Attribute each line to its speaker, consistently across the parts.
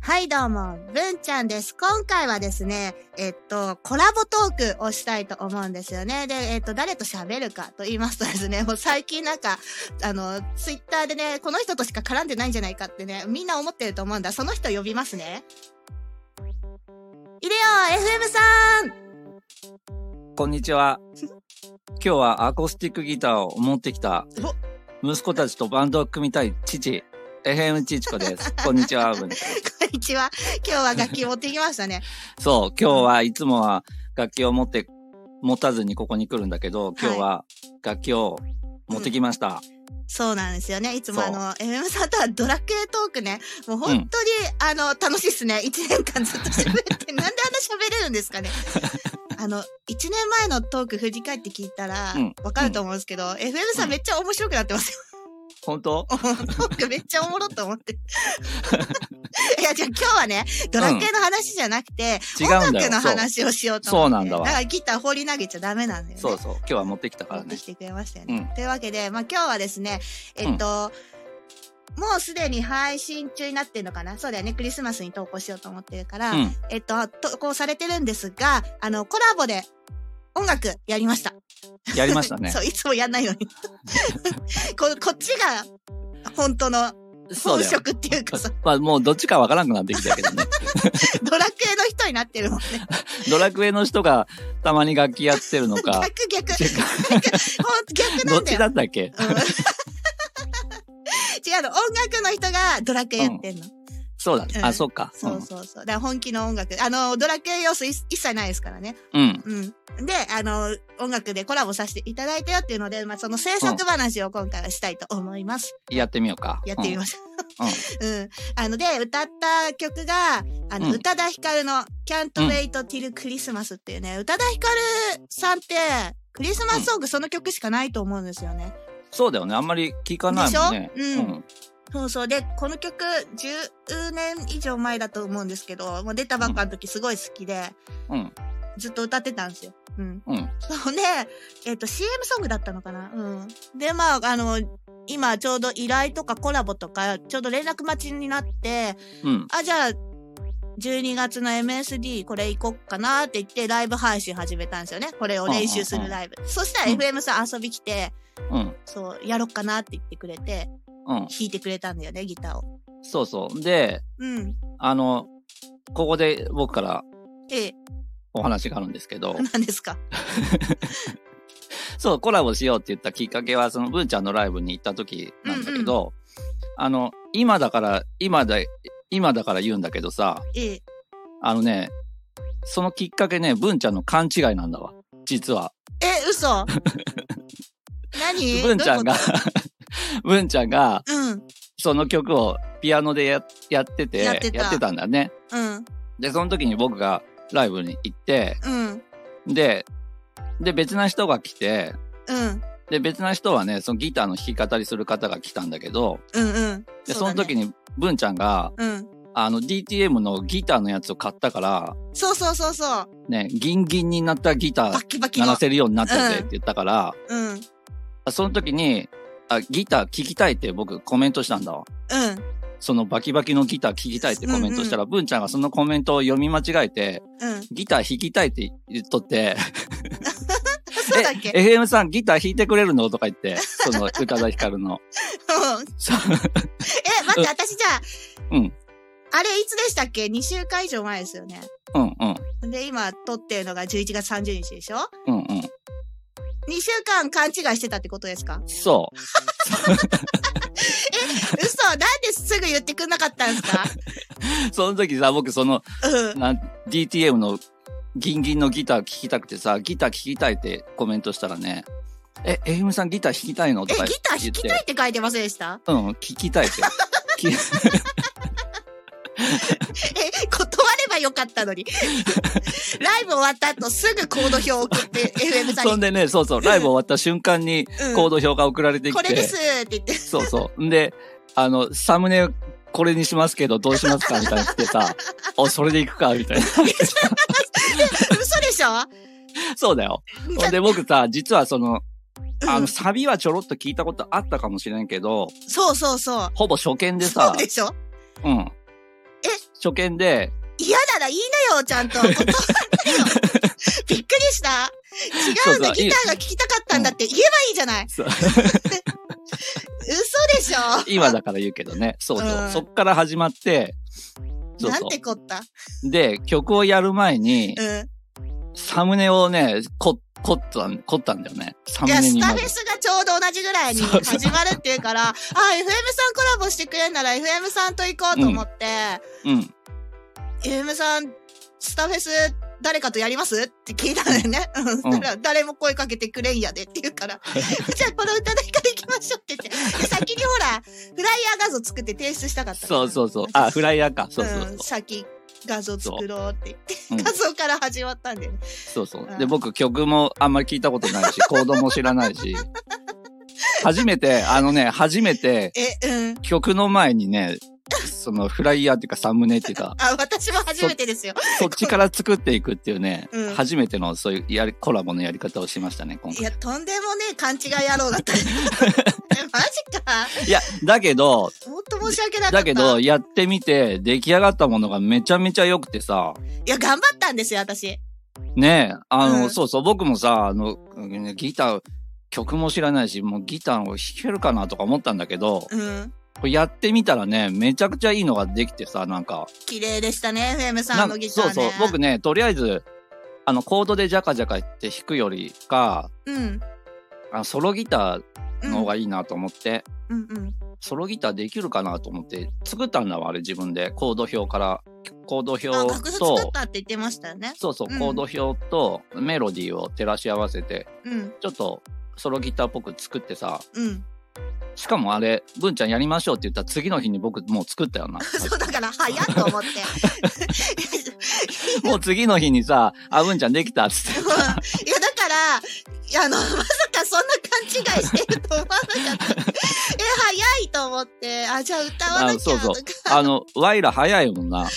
Speaker 1: はいどうも、文ちゃんです。今回はですね、えっと、コラボトークをしたいと思うんですよね。で、えっと、誰と喋るかと言いますとですね、もう最近なんか、あの、ツイッターでね、この人としか絡んでないんじゃないかってね、みんな思ってると思うんだ。その人呼びますね。いでよ、FM さ
Speaker 2: んこんにちは。今日はアコースティックギターを持ってきた、息子たちとバンドを組みたい父、FM ちちこです。こんに ち は、
Speaker 1: こんにちは。今日は楽器持ってきましたね。
Speaker 2: そう、今日はいつもは楽器を持って、持たずにここに来るんだけど、今日は楽器を持ってきました。
Speaker 1: はいうんそうなんですよね。いつもあの、FM さんとはドラクエトークね、もう本当に、うん、あの、楽しいっすね。1年間ずっと喋って、なんであんな喋れるんです かね。あの、1年前のトーク振り返って聞いたら、わかると思うんですけど、うん、FM さんめっちゃ面白くなってます よ。
Speaker 2: 本当
Speaker 1: トークめっちゃおもろと思って。いや、じゃあ今日はね、ドラクエの話じゃなくて、うん、音楽の話をしようと思って。そう
Speaker 2: なんだわ。
Speaker 1: だからギター放り投げちゃダメなんだよね。
Speaker 2: そうそう。今日は持ってきたからね。
Speaker 1: 持ってきてくれましたよね。うん、というわけで、まあ今日はですね、えっと、うん、もうすでに配信中になってるのかなそうだよね。クリスマスに投稿しようと思ってるから、うん、えっと、投稿されてるんですが、あの、コラボで音楽やりました。
Speaker 2: やりましたね。
Speaker 1: そう、いつもやんないの にこ。こっちが本当の本職っていうかさ。
Speaker 2: まあもうどっちかわからんくなってきたけどね。
Speaker 1: ドラクエの人になってるもんね。
Speaker 2: ドラクエの人がたまに楽器やってるのか。
Speaker 1: 逆逆。逆逆なんだ よ。
Speaker 2: どっちだったっけ、うん、違う
Speaker 1: の、音楽の人がドラクエやってんの。うん
Speaker 2: そうだね。あ、そっか。
Speaker 1: そうそうそう。だから本気の音楽。あの、ドラクエ要素一切ないですからね。
Speaker 2: うん。
Speaker 1: うん。で、あの、音楽でコラボさせていただいたよっていうので、まあ、その制作話を今回はしたいと思います。
Speaker 2: やってみようか。
Speaker 1: やってみましょ う。うん。あの、で、歌った曲が、あの、宇多田ヒカルの Can't Wait Till Christmas っていうね、宇多田ヒカルさんって、クリスマスソングその曲しかないと思うんですよね。
Speaker 2: そうだよね。あんまり聞かないもんね。
Speaker 1: でしょうん。そうそう。で、この曲、10年以上前だと思うんですけど、もう出たばっかの時すごい好きで、
Speaker 2: うん、
Speaker 1: ずっと歌ってたんですよ。うん。
Speaker 2: うん、
Speaker 1: そうね、えっ、ー、と、CM ソングだったのかなうん。で、まあ、あの、今ちょうど依頼とかコラボとか、ちょうど連絡待ちになって、
Speaker 2: うん、
Speaker 1: あ、じゃあ、12月の MSD これ行こっかなって言ってライブ配信始めたんですよね。これを練習するライブ。そしたら FM さん遊び来て、
Speaker 2: うん、
Speaker 1: そう、やろっかなって言ってくれて、うん、弾いてくれたんだよね、ギターを。
Speaker 2: そうそう。で、
Speaker 1: うん、
Speaker 2: あの、ここで僕から、
Speaker 1: ええ。
Speaker 2: お話があるんですけど。
Speaker 1: 何ですか
Speaker 2: そう、コラボしようって言ったきっかけは、その、ブーちゃんのライブに行った時なんだけど、うんうん、あの、今だから、今だ、今だから言うんだけどさ、
Speaker 1: ええ。
Speaker 2: あのね、そのきっかけね、ブンちゃんの勘違いなんだわ。実は。
Speaker 1: え、 嘘何
Speaker 2: ブンちゃんが 文ちゃんが、
Speaker 1: うん、
Speaker 2: その曲をピアノでややってて
Speaker 1: やって
Speaker 2: た、てたんだね。
Speaker 1: うん、
Speaker 2: で、その時に僕がライブに行って、、
Speaker 1: うん
Speaker 2: で、で、別な人が来て、
Speaker 1: うん、
Speaker 2: で、別な人はね、そのギターの弾き語りする方が来たんだけど、
Speaker 1: うんうん、
Speaker 2: で、その時に文ちゃんが、
Speaker 1: うん、
Speaker 2: あの DTM のギターのやつを買ったから、。
Speaker 1: そうそうそうそう
Speaker 2: ね、ギンギンになったギター鳴らせるようになったぜって言ったから、
Speaker 1: うん、うん、
Speaker 2: その時に、あ、ギター聴きたいって僕コメントしたんだわ。
Speaker 1: うん。
Speaker 2: そのバキバキのギター聴きたいってコメントしたら、文、うん、ちゃんがそのコメントを読み間違えて、
Speaker 1: うん、
Speaker 2: ギター弾きたいって言っとって
Speaker 1: そうだっけ
Speaker 2: ?FM さんギター弾いてくれるのとか言って、 その宇多田ヒカル
Speaker 1: う
Speaker 2: の。
Speaker 1: ん。え、待って、私じゃ
Speaker 2: あ、うん。
Speaker 1: あれいつでしたっけ ?2 週間以上前ですよね。
Speaker 2: うんうん。
Speaker 1: で、今撮ってるのが11月30日でしょ
Speaker 2: うんうん。
Speaker 1: 2週間勘違いしてたってことです か
Speaker 2: そう。
Speaker 1: え、嘘なんですぐ言ってくんなかったんです か
Speaker 2: その時さ、僕その、
Speaker 1: うん、なん
Speaker 2: DTM のギンギンのギター聴きたくてさ、ギター聴きたいってコメントしたらね、え、えふみさんギター弾きたいのとか
Speaker 1: え、ギター弾きたいって書いてませんでした
Speaker 2: うん、聞き たいって。
Speaker 1: え、断ればよかった のに。ライブ終わった後すぐコード表を送って FM さんに。
Speaker 2: そんでね、そうそう、ライブ終わった瞬間にコード表が送られてきて。うん、
Speaker 1: これですって言って。
Speaker 2: そうそう。んで、あの、サムネこれにしますけどどうしますかみたいなっ てさ、お、それでいくかみたいな。嘘
Speaker 1: でしょ
Speaker 2: そうだよ。ほんで僕さ、実はその、あの、サビはちょろっと聞いたことあったかもしれんけど。
Speaker 1: そうそうそう。
Speaker 2: ほぼ初見でさ。
Speaker 1: そうでしょ
Speaker 2: うん。初見で、
Speaker 1: 嫌だな、いいなよ、ちゃ んと。断ってよ。びっくりした。違うんだ、
Speaker 2: そうそういい
Speaker 1: ギターが聴きたかったんだって言えばいいじゃない。
Speaker 2: そう
Speaker 1: 嘘でしょ。
Speaker 2: 今だから言うけどね。そうそう。
Speaker 1: うん
Speaker 2: そっから始まって、そう
Speaker 1: な
Speaker 2: そ
Speaker 1: んてこった。
Speaker 2: う。で、曲をやる前に
Speaker 1: う、ん。
Speaker 2: サムネをね、こ、凝ったん、凝ったんだよね。サム
Speaker 1: いや、
Speaker 2: ネ
Speaker 1: ス
Speaker 2: に
Speaker 1: タ
Speaker 2: ま
Speaker 1: フェ
Speaker 2: ず。
Speaker 1: スがちょうど同じぐらいに
Speaker 2: そうそう
Speaker 1: 始まるっていうから、あ、FM さんコラボしてくれんなら FM さんと行こうと思って、
Speaker 2: うん。
Speaker 1: FM さん、スタフェス誰かとやりますって聞いたのよ ね。うんそしたら、誰も声かけてくれんやでって言うから、じゃあこの歌だけで行きましょうって言って、で先にほら、フライヤー画像作って提出したかったから、
Speaker 2: そうそうそう。あ、フライヤーか。そうそううん
Speaker 1: 先画像作ろうって言って、
Speaker 2: そう。うん
Speaker 1: 画像から始まったんだよね。
Speaker 2: そうそう
Speaker 1: う。ん
Speaker 2: で、僕曲もあんまり聞いたことな いし、コードも知らないし。初めて、あのね、初めて
Speaker 1: え、うん。
Speaker 2: 曲の前にね、そのフライヤーっていうかサムネってい うか、
Speaker 1: あ、私も初めてですよ。
Speaker 2: そっちから作っていくっていうね、
Speaker 1: うん
Speaker 2: 初めてのそういうやりコラボのやり方をしましたね、今
Speaker 1: い
Speaker 2: 回。
Speaker 1: や、とんでもねえ勘違い野郎だ ったね。えマジか。
Speaker 2: いや、だけど、
Speaker 1: ほんと申し訳なかった。
Speaker 2: だけど、
Speaker 1: い
Speaker 2: やってみて、出来上がったものがめちゃめちゃ良くてさ、
Speaker 1: や、頑張ったんですよ、私。
Speaker 2: ねえ、あの、
Speaker 1: うん
Speaker 2: そうそう、僕もさ、あの、ギター、曲も知らないし、もうギターを弾けるかなとか思ったんだけど、
Speaker 1: うん。
Speaker 2: これやってみたらね、めちゃくちゃいいのができてさ、なんか。
Speaker 1: 綺麗でしたね、FM さんのギター
Speaker 2: な
Speaker 1: ね。
Speaker 2: んかそうそう。僕ね、とりあえず、あの、コードでジャカジャカって弾くよりか、
Speaker 1: うん。
Speaker 2: あのソロギタ
Speaker 1: う
Speaker 2: ー
Speaker 1: ん。
Speaker 2: の方がいいなと思って、
Speaker 1: うんうん。
Speaker 2: ソロギターできるかなと思って、作ったんだわ、あれ自分で。コード表から、コード表
Speaker 1: あ、楽譜作っ
Speaker 2: と、
Speaker 1: たって言ってましたよね。
Speaker 2: そうそう
Speaker 1: う、ん
Speaker 2: コード表とメロディーを照らし合わせて、
Speaker 1: うん。
Speaker 2: ちょっとソロギターっぽく作ってさ、
Speaker 1: うん。
Speaker 2: しかもあれ、文ちゃんやりましょうって言ったら次の日に僕もう作った よな。
Speaker 1: そう、だから、早っと思って。
Speaker 2: もう次の日にさ、あ、文ちゃんできたっつって。
Speaker 1: うんいや、だから、いや、あの、まさかそんな勘違いしてると思わなかった。え、早いと思って、あ、じゃあ歌わなきゃと
Speaker 2: あ
Speaker 1: か。
Speaker 2: そうそう あの、ワイラ早いもんな。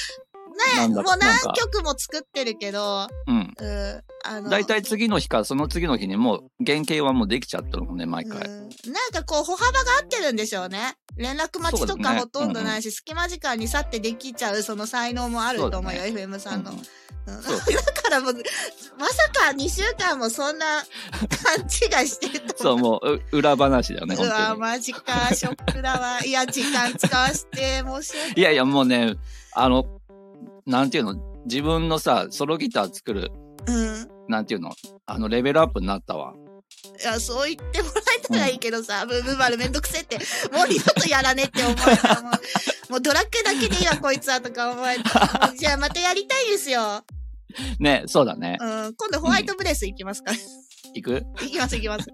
Speaker 2: なん
Speaker 1: ね、
Speaker 2: だ
Speaker 1: もう何曲も作ってるけど、
Speaker 2: うん。
Speaker 1: うん、あの、
Speaker 2: だいたい次の日か、その次の日にもう、原型はもうできちゃってるもんね、毎
Speaker 1: うん、
Speaker 2: 回。
Speaker 1: なんかこう、歩幅が合ってるんでしょうね。連絡待ちと
Speaker 2: そうだ
Speaker 1: か
Speaker 2: ね
Speaker 1: ほとんどないし、隙間時間に去ってできちゃう、その才能もあると思うよ、FM さんの。
Speaker 2: う
Speaker 1: うんん だ
Speaker 2: そう
Speaker 1: からもう、まさか2週間もそんな勘違いしてると
Speaker 2: そ
Speaker 1: 思
Speaker 2: う、もう、う裏 話だよね、
Speaker 1: うわ、
Speaker 2: 本
Speaker 1: マジか、ショックだ わ。いや、時間使わして、申し
Speaker 2: 当に。いやいや、もうね、あの、なんていうの、自分のさ、ソロギター作る、
Speaker 1: 訳うん。
Speaker 2: なんていうの、あの、レベルアップになったわ。
Speaker 1: いや、そう言ってもらえたらいいけどさ、ブーブーバルめんどくせえって、もう二度とやらねえって思えた。も う、もうドラッグだけでいいわ、こいつは、とか思えた。もうじゃあまたやりたいですよ。
Speaker 2: ね、そうだね
Speaker 1: う。ん、今度ホワイトブレス行きます から。
Speaker 2: 行く
Speaker 1: 行きます、行きます。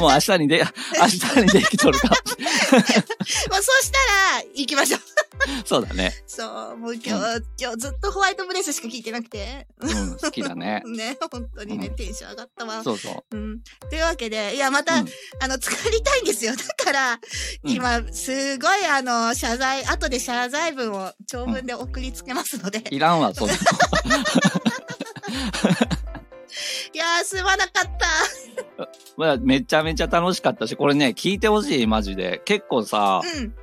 Speaker 2: もう明日 にで、明日にできとるか。
Speaker 1: まあ、そうしたら、行きましょう。
Speaker 2: そうだね。
Speaker 1: そう、もう今日、今日ずっとホワイトブレスしか聞いてなくて。
Speaker 2: うん、好きだね。
Speaker 1: ね、本当にね、
Speaker 2: うん
Speaker 1: テンション上がったわ。
Speaker 2: そうそう。
Speaker 1: うん。というわけで、いや、また、
Speaker 2: うん
Speaker 1: あの、作りたいんですよ。だから、
Speaker 2: うん
Speaker 1: 今、すごい、あの、謝罪、後で謝罪文を長文で送りつけますので。
Speaker 2: いらんわ、そんな。
Speaker 1: いやー、すまなかっ
Speaker 2: まあ、めちゃめちゃ楽しかったし、これね、聞いてほしい、マジで。結構さ
Speaker 1: た。、うん。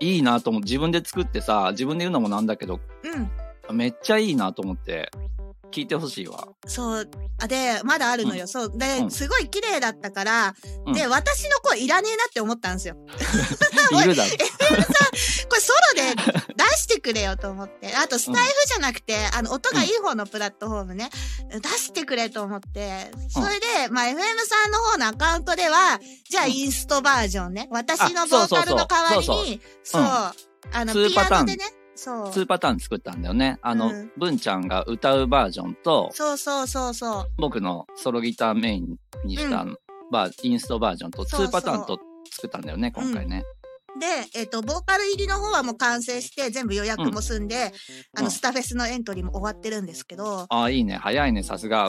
Speaker 2: いいなと思う。自分で作ってさ、自分で言うのもなんだけど、
Speaker 1: うん。
Speaker 2: めっちゃいいなと思って、聞いてほしい わ。
Speaker 1: そう。あ、で、まだあるのよ。そう。で、
Speaker 2: うん
Speaker 1: すごい綺麗だったから、
Speaker 2: うん
Speaker 1: で、私の声いらねえなって思ったんですよ。こ
Speaker 2: いるだろ。
Speaker 1: れソロで出してくれよと思って。あと、スタイフじゃなくて、あの、音がいい方のプラットフォームね。出してくれと思って。それで、まあ、FM さんの方のアカウントでは、じゃあ、
Speaker 2: うん
Speaker 1: インストバージョンね。私の
Speaker 2: あ
Speaker 1: ボ
Speaker 2: そう
Speaker 1: ー
Speaker 2: そう
Speaker 1: カ
Speaker 2: そ
Speaker 1: ル
Speaker 2: う
Speaker 1: の代わり
Speaker 2: そうそ
Speaker 1: に、そう。あの、
Speaker 2: ツー
Speaker 1: ピ
Speaker 2: パター
Speaker 1: ア
Speaker 2: ン
Speaker 1: ノでね。そう。
Speaker 2: 2パターン作ったんだよね。あの
Speaker 1: うん、
Speaker 2: 文、ちゃんが歌うバージョンと、
Speaker 1: そうそうそうそう。
Speaker 2: 僕のソロギターメインにした、バーインストバージョンと
Speaker 1: そうそう
Speaker 2: 2パターンと作ったんだよね、今回ね。
Speaker 1: で、えっ、と、ボーカル入りの方はもう完成して、全部予約も済んで、
Speaker 2: うん
Speaker 1: あ
Speaker 2: う
Speaker 1: の、
Speaker 2: ん
Speaker 1: スタフェスのエントリーも終わってるんですけど、
Speaker 2: ああ、いいね。早いね、さ すが。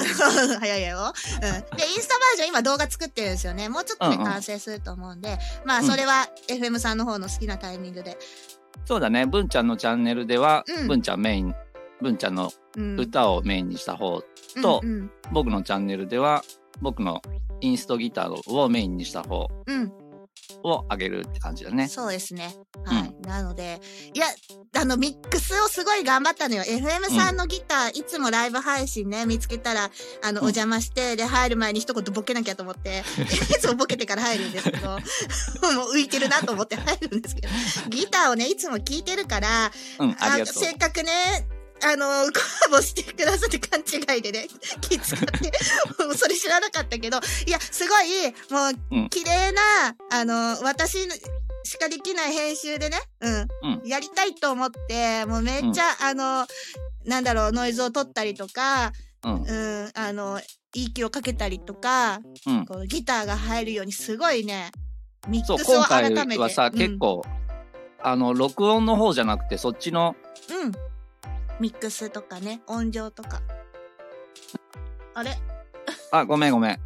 Speaker 1: 早いやろ、うん、で、インスタバージョン今動画作ってるんですよね。もうちょっとで
Speaker 2: うんうん
Speaker 1: 完成すると思うんで、ま
Speaker 2: う
Speaker 1: あ、
Speaker 2: ん
Speaker 1: それは FM さんの方の好きなタイミングで。
Speaker 2: そうだね。文ちゃんのチャンネルでは
Speaker 1: う、ん
Speaker 2: 文、ちゃんメイン、文ちゃんの
Speaker 1: うん。
Speaker 2: 歌をメインにした方と
Speaker 1: うんうん。
Speaker 2: 僕のチャンネルでは僕のインストギターをメインにした方
Speaker 1: うん
Speaker 2: を上げるって感じだね。
Speaker 1: そうですね。はい。なので、いや、あの、ミックスをすごい頑張ったのよ。FM さんのギター、いつもライブ配信ね、見つけたら、あの、
Speaker 2: うん
Speaker 1: お邪魔して、で、入る前に一言ボケなきゃと思 って、いつもボケてから入るんですけど、 もう浮いてるなと思って入るんですけど、ギターをね、いつも聴いてるから、
Speaker 2: うん、ありがとう
Speaker 1: せ。っかくね、あの、コラボしてくださって勘違いでね、 気使って、 もうそれ知らなかったけど、いや、すごい、
Speaker 2: う
Speaker 1: も
Speaker 2: ん
Speaker 1: う、綺麗な、あの、私しかできない編集でね、うん、やりたいと思って、もうめっちゃ、あの、なんだろう、ノイズを取ったりとか、
Speaker 2: うん、
Speaker 1: うん、あの、いい気をかけたりとか、
Speaker 2: うん。
Speaker 1: このギターが入るようにすごいね、ミッ
Speaker 2: そう、
Speaker 1: クスを
Speaker 2: 今
Speaker 1: 改
Speaker 2: 回
Speaker 1: めて。
Speaker 2: はさ、
Speaker 1: うん
Speaker 2: 結、構、あの、録音の方じゃなくて、そっちの、
Speaker 1: うん。ミックスとかね、音量とか。あれ
Speaker 2: あ、ごめんごめん。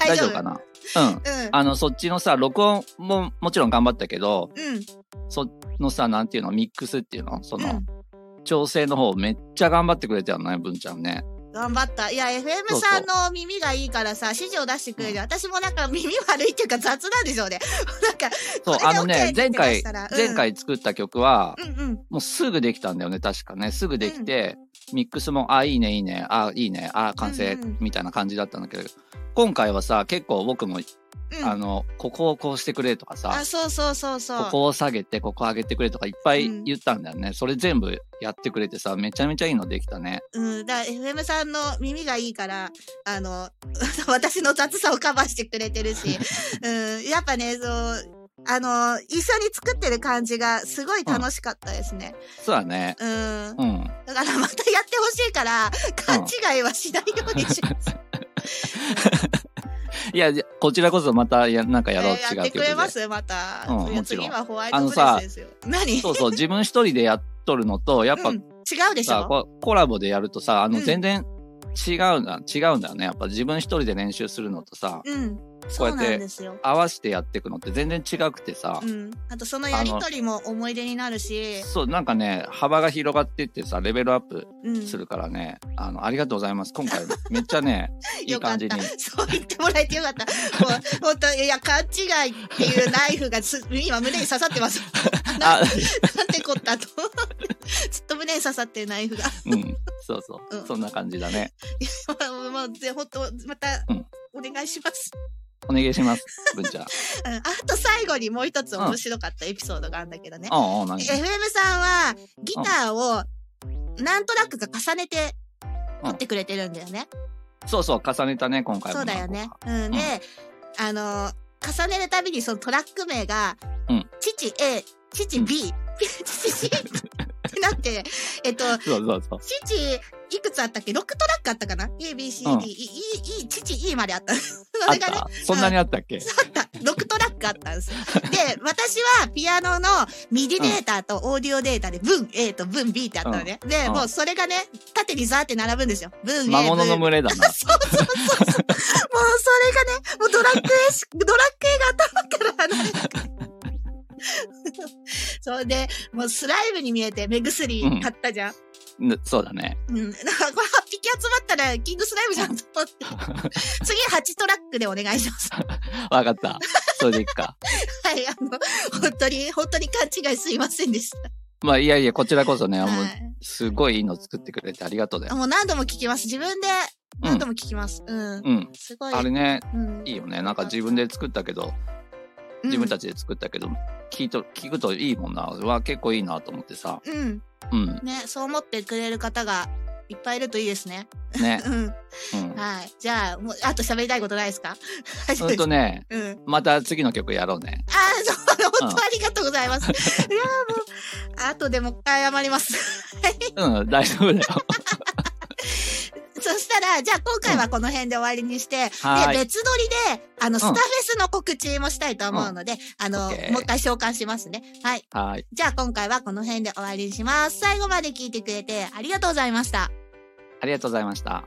Speaker 1: 大
Speaker 2: 大
Speaker 1: 丈
Speaker 2: 丈
Speaker 1: 夫
Speaker 2: 夫かなうん。あの、そっちのさ、録音ももちろん頑張ったけど、
Speaker 1: うん。うん。
Speaker 2: そのさ、なんていうの、ミックスっていうの、その、
Speaker 1: うん
Speaker 2: 調整の方めっちゃ頑張ってくれたよね、文ちゃんね。
Speaker 1: 頑張った。いや、FM
Speaker 2: そう
Speaker 1: さんの耳がいいからさ、指示を出してくれる。私もなんか耳悪いっていうか雑なんでしょうね。 なんか、
Speaker 2: そう、
Speaker 1: これ
Speaker 2: あ
Speaker 1: で
Speaker 2: の
Speaker 1: OK
Speaker 2: ね
Speaker 1: っ、て
Speaker 2: 前
Speaker 1: 出し
Speaker 2: 回
Speaker 1: たら、うん
Speaker 2: 前回作った曲は、
Speaker 1: うんうん。
Speaker 2: もうすぐできたんだよね、確かね。すぐできて、ミックスも、あ、いいね、いいね、あ、いいね、あ、完成、
Speaker 1: うんうん
Speaker 2: みたいな感じだったんだけど、今回はさ、結構僕も、
Speaker 1: うん。
Speaker 2: あの、ここをこうしてくれとかさ
Speaker 1: あ、、そうそうそうそう。
Speaker 2: ここを下げて、ここ上げてくれとかいっぱい
Speaker 1: うん
Speaker 2: 言ったんだよね。それ全部やってくれてさ、めちゃめちゃいいのできたね。
Speaker 1: うん、だから FM さんの耳がいいから、あの、 私の雑さをカバーしてくれてる し、うん、やっぱね、そう、あの、一緒に作ってる感じがすごい楽しかったですね。
Speaker 2: そうだね。
Speaker 1: うん。
Speaker 2: うん。
Speaker 1: だからまたやってほしいから、勘違いはしないようにします。
Speaker 2: いや、じゃこちらこそまたや、なんかやろう、
Speaker 1: えー
Speaker 2: 違
Speaker 1: や
Speaker 2: う
Speaker 1: って
Speaker 2: って
Speaker 1: く
Speaker 2: いう
Speaker 1: れ
Speaker 2: こ
Speaker 1: ま
Speaker 2: とで。
Speaker 1: すまた。
Speaker 2: うん
Speaker 1: 次
Speaker 2: もちろん
Speaker 1: 次はホワイト
Speaker 2: あの
Speaker 1: ブレ
Speaker 2: さ
Speaker 1: スですよ。何
Speaker 2: そうそう、自分一人でやっとるのと、やっぱ、
Speaker 1: うん、違うでし
Speaker 2: さ、
Speaker 1: ょ
Speaker 2: こコラボでやるとさ、あの、
Speaker 1: うん
Speaker 2: 全然違うんだ、違うんだよね。やっぱ自分一人で練習するのとさ、
Speaker 1: うん。
Speaker 2: こ
Speaker 1: そうう
Speaker 2: や
Speaker 1: な
Speaker 2: っ
Speaker 1: ん
Speaker 2: て
Speaker 1: ですよ。
Speaker 2: 合わせてやっていくのって全然違くてさ、
Speaker 1: うん。あとそのやりとりも思い出になるし、
Speaker 2: そう、なんかね、幅が広がっていってさ、レベルアップ
Speaker 1: うん。
Speaker 2: するからね、あの、ありがとうございます。今回、めっちゃね、いい
Speaker 1: よか
Speaker 2: 感
Speaker 1: っ
Speaker 2: じ
Speaker 1: た
Speaker 2: に。。
Speaker 1: そう言ってもらえてよかった。もう、本当いや、勘違いっていうナイフがす今胸に刺さってます。な
Speaker 2: あ
Speaker 1: ん、てこったと。ずっと胸に刺さってるナイフが。
Speaker 2: うん、そうそう、
Speaker 1: うん
Speaker 2: そんな感じだね。
Speaker 1: もうもう、ぜ本当また
Speaker 2: うん、
Speaker 1: お願いします、
Speaker 2: お願いします、文 ちゃん。
Speaker 1: うんあと最後にもう一つ面白かったエピソードがあるんだけどね。
Speaker 2: ああ、なん
Speaker 1: FM さんは、ギターを、何トラックか重ねて、撮ってくれてるんだよね。
Speaker 2: そうそう、重ねたね、今回も
Speaker 1: そうだよ
Speaker 2: 何
Speaker 1: ね
Speaker 2: 個か。
Speaker 1: うん、で、あの、重ねるたびにそのトラック名が、
Speaker 2: うん
Speaker 1: 父 A、父 B、父 C ってなって、えっと、
Speaker 2: そうそうそう。
Speaker 1: 父いくつあったっけ ?6 トラックあったかな ?A, B, C, D,、
Speaker 2: うん
Speaker 1: E, E, E、父 E まであった。そ
Speaker 2: あっ
Speaker 1: れがね、
Speaker 2: たそんなにあったっけ
Speaker 1: あった。6トラックあったんですよ。で、私はピアノのミディデータとオーディオデータで、文 A と文 B ってあったのね。で、
Speaker 2: うん
Speaker 1: もうそれがね、縦にザーって並ぶんですよ。文 A、
Speaker 2: 魔物の
Speaker 1: 文
Speaker 2: 群れだな。
Speaker 1: もうそれがね、もうドラッグエし、ドラッグエが頭から離れなくて。それで、もうスライムに見えて目薬買ったじゃん。
Speaker 2: ぬそうだね。
Speaker 1: うん。なんかこれ8匹集まったらキングスライムじゃんと思って。 次8トラックでお願いします。は
Speaker 2: わかった。それでいくか。
Speaker 1: い、あの、本当に、本当に勘違いすいませんでした。
Speaker 2: まあ、いやいや、こちらこそね、もう
Speaker 1: は、
Speaker 2: すごいいいの作ってくれてありがとうだ
Speaker 1: い。
Speaker 2: よ。
Speaker 1: もう何度も聞きます。自分で
Speaker 2: う
Speaker 1: 何
Speaker 2: ん
Speaker 1: 度。も聞きます。うん。
Speaker 2: うん。
Speaker 1: すごい。
Speaker 2: あれね、
Speaker 1: うん、
Speaker 2: いいよね。なんか自分で作ったけど、
Speaker 1: うん
Speaker 2: 自分たちで作ったけど、聞いと、聞くといいもんな。は結構いいなと思ってさ。
Speaker 1: うん。
Speaker 2: うん。
Speaker 1: ね、そう思ってくれる方がいっぱいいるといいですね。
Speaker 2: ね。
Speaker 1: うん。
Speaker 2: う ん。
Speaker 1: はい。じゃあ、もう、あと喋りたいことないですか大丈夫
Speaker 2: ほん
Speaker 1: です
Speaker 2: と ね、
Speaker 1: うん。
Speaker 2: また次の曲やろうね。
Speaker 1: ああ、そう、本当ありがとうございます。いやーもう、あとでもう一回謝ります。
Speaker 2: うん、大丈夫だよ。
Speaker 1: そしたら、じゃあ今回はこの辺で終わりにして、
Speaker 2: はーい
Speaker 1: で、別撮りで、あの、スタフェスの告知もしたいと思うので、あの、
Speaker 2: オッケー
Speaker 1: もう一回召喚しますね。はい。
Speaker 2: はい。
Speaker 1: じゃあ今回はこの辺で終わりにします。最後まで聞いてくれてありがとうございました。
Speaker 2: ありがとうございました。